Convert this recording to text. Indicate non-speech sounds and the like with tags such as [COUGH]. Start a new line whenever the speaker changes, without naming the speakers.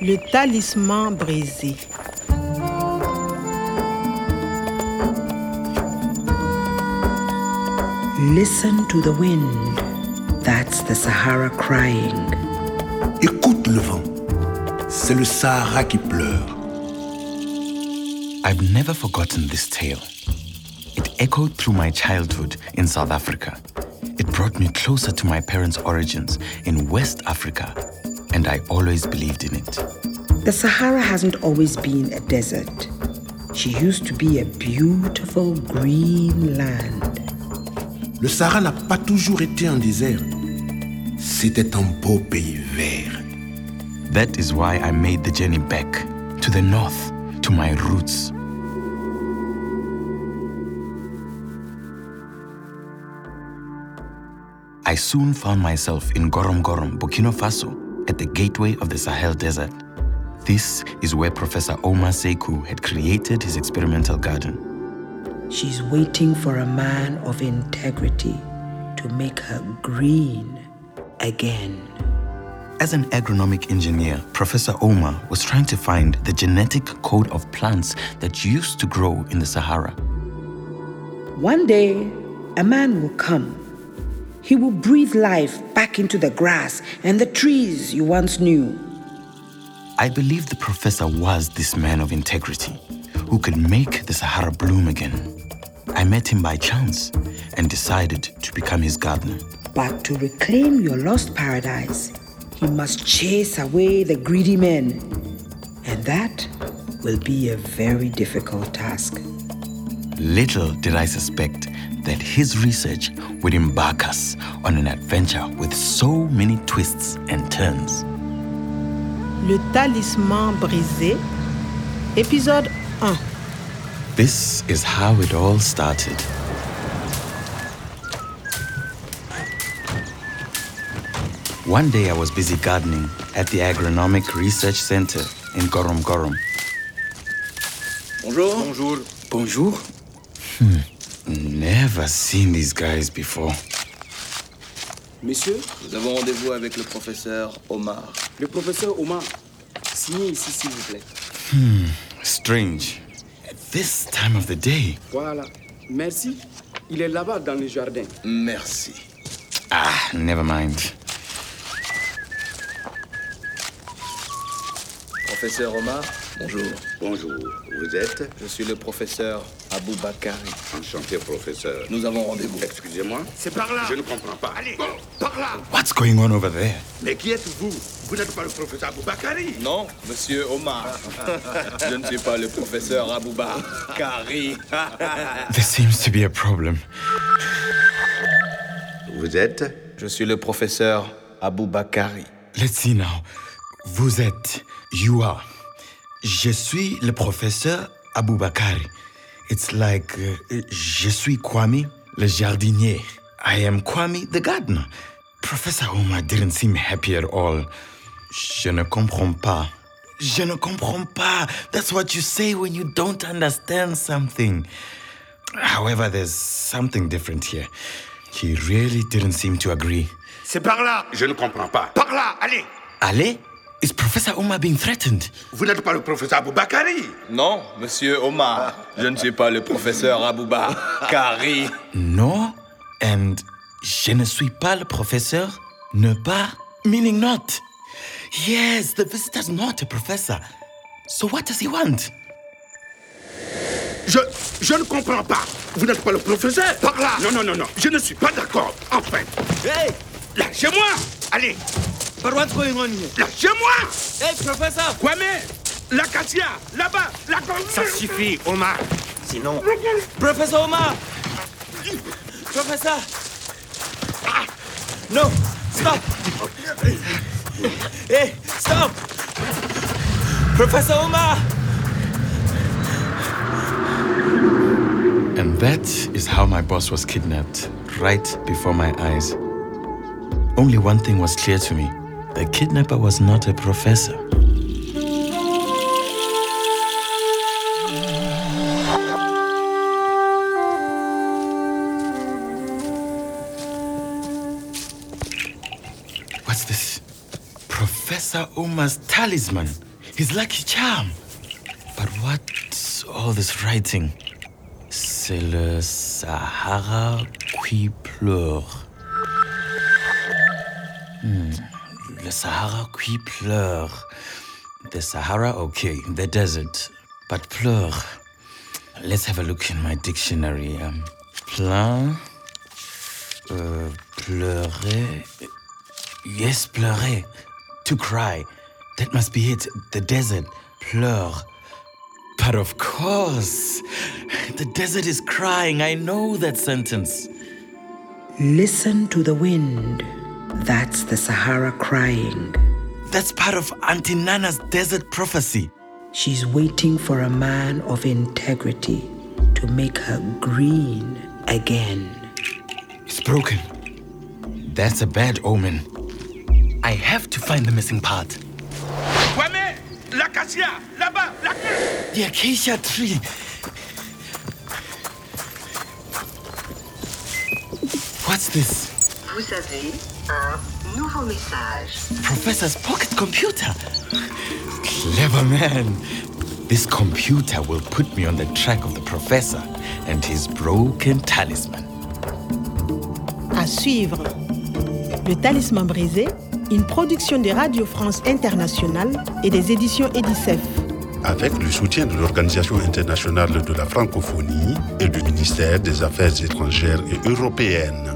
Le talisman brisé.
Listen to the wind. That's the Sahara crying.
Écoute le vent. C'est le Sahara qui pleure.
I've never forgotten this tale. It echoed through my childhood in South Africa. It brought me closer to my parents' origins in West Africa, and I always believed in it.
The Sahara hasn't always been a desert. She used to be a beautiful green land.
Le Sahara n'a pas toujours été un désert. C'était un beau pays vert.
That is why I made the journey back to the north, to my roots. I soon found myself in Gorom Gorom, Burkina Faso, at the gateway of the Sahel Desert. This is where Professor Omar Sekou had created his experimental garden.
She's waiting for a man of integrity to make her green again.
As an agronomic engineer, Professor Omar was trying to find the genetic code of plants that used to grow in the Sahara.
One day, a man will come. He will breathe life back into the grass and the trees you once knew.
I believe the professor was this man of integrity who could make the Sahara bloom again. I met him by chance and decided to become his gardener.
But to reclaim your lost paradise, he must chase away the greedy men. And that will be a very difficult task.
Little did I suspect that his research would embark us on an adventure with so many twists and turns.
Le talisman brisé. Épisode 1.
This is how it all started. One day I was busy gardening at the Agronomic Research Center in Gorom Gorom.
Bonjour. Bonjour.
Bonjour. Never seen these guys before.
Messieurs, nous avons rendez-vous avec le professeur Omar. Le professeur Omar, signez ici s'il vous plaît.
Strange. At this time of the day.
Voilà. Merci. Il est là-bas dans le jardin.
Merci.
Ah, never mind.
Professeur Omar, bonjour.
Bonjour, vous êtes
Je suis le professeur Abou Bakari.
enchanté, professeur.
Nous avons rendez-vous.
Excusez-moi
C'est par là.
Je ne comprends pas. Allez, par là
What's going on over there?
Mais qui êtes-vous Vous n'êtes pas le professeur Boubacari
Non, monsieur Omar. [LAUGHS] Je ne suis pas le professeur Abou Bakari.
There seems to be a problem.
Vous êtes
Je suis le professeur Abou Bakari.
Let's see now. Vous êtes. You are. Je suis le professeur Aboubakari. It's like uh, je suis Kwame le jardinier. I am Kwame the gardener. Professor Omar didn't seem happy at all. Je ne comprends pas. Je ne comprends pas. That's what you say when you don't understand something. However, there's something different here. He really didn't seem to agree.
C'est par là Je ne comprends pas. Par là, allez
Ale? Is Professor Omar being threatened?
Vous n'êtes pas le professeur Boubacari
Non, monsieur Omar. Je ne suis pas le professeur Abou Bakari.
No, and je ne suis pas le professeur, ne pas, meaning not. Yes, the visitor's not a professor. So what does he want?
Je, je ne comprends pas. Vous n'êtes pas le professeur Par là Non, non, non, non. Je ne suis pas d'accord. Enfin.
Hey,
Lâchez-moi Allez,
but what's going on here?
lâchez-moi
Hey, professor!
Kwame L'acacia Là-bas La Ça suffit, Omar
Sinon, Professor Omar! Professor! Ah! No, stop! Hey, stop! Professor Omar!
And that is how my boss was kidnapped, right before my eyes. Only one thing was clear to me the kidnapper was not a professor. What's this? Professor Omar's talisman. his lucky charm. But what's all this writing? C'est le Sahara qui pleure. Hmm, Le Sahara qui pleure. The Sahara, okay, the desert. But pleure. Let's have a look in my dictionary. Um, plein. Euh, pleurer. Yes, pleurer. To cry. That must be it. The desert. Pleur. But of course. The desert is crying. I know that sentence.
Listen to the wind. That's the Sahara crying.
That's part of Auntie Nana's desert prophecy.
She's waiting for a man of integrity to make her green again.
It's broken. That's a bad omen. I have to find the missing part.
Kwame, l'acacia, là-bas, la
The acacia tree. What's this?
Vous avez un nouveau message.
Professor's pocket computer. Clever man. This computer will put me on the track of the professor and his broken talisman.
À suivre. Le Talisman brisé, une production de Radio France Internationale et des éditions Edicef.
avec le soutien de l'Organisation internationale de la francophonie et du ministère des Affaires étrangères et européennes.